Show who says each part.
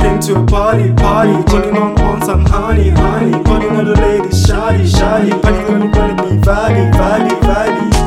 Speaker 1: honey, honey. Calling all the ladies, shoddy, shoddy. Party gonna be vibey, vibey, vibey.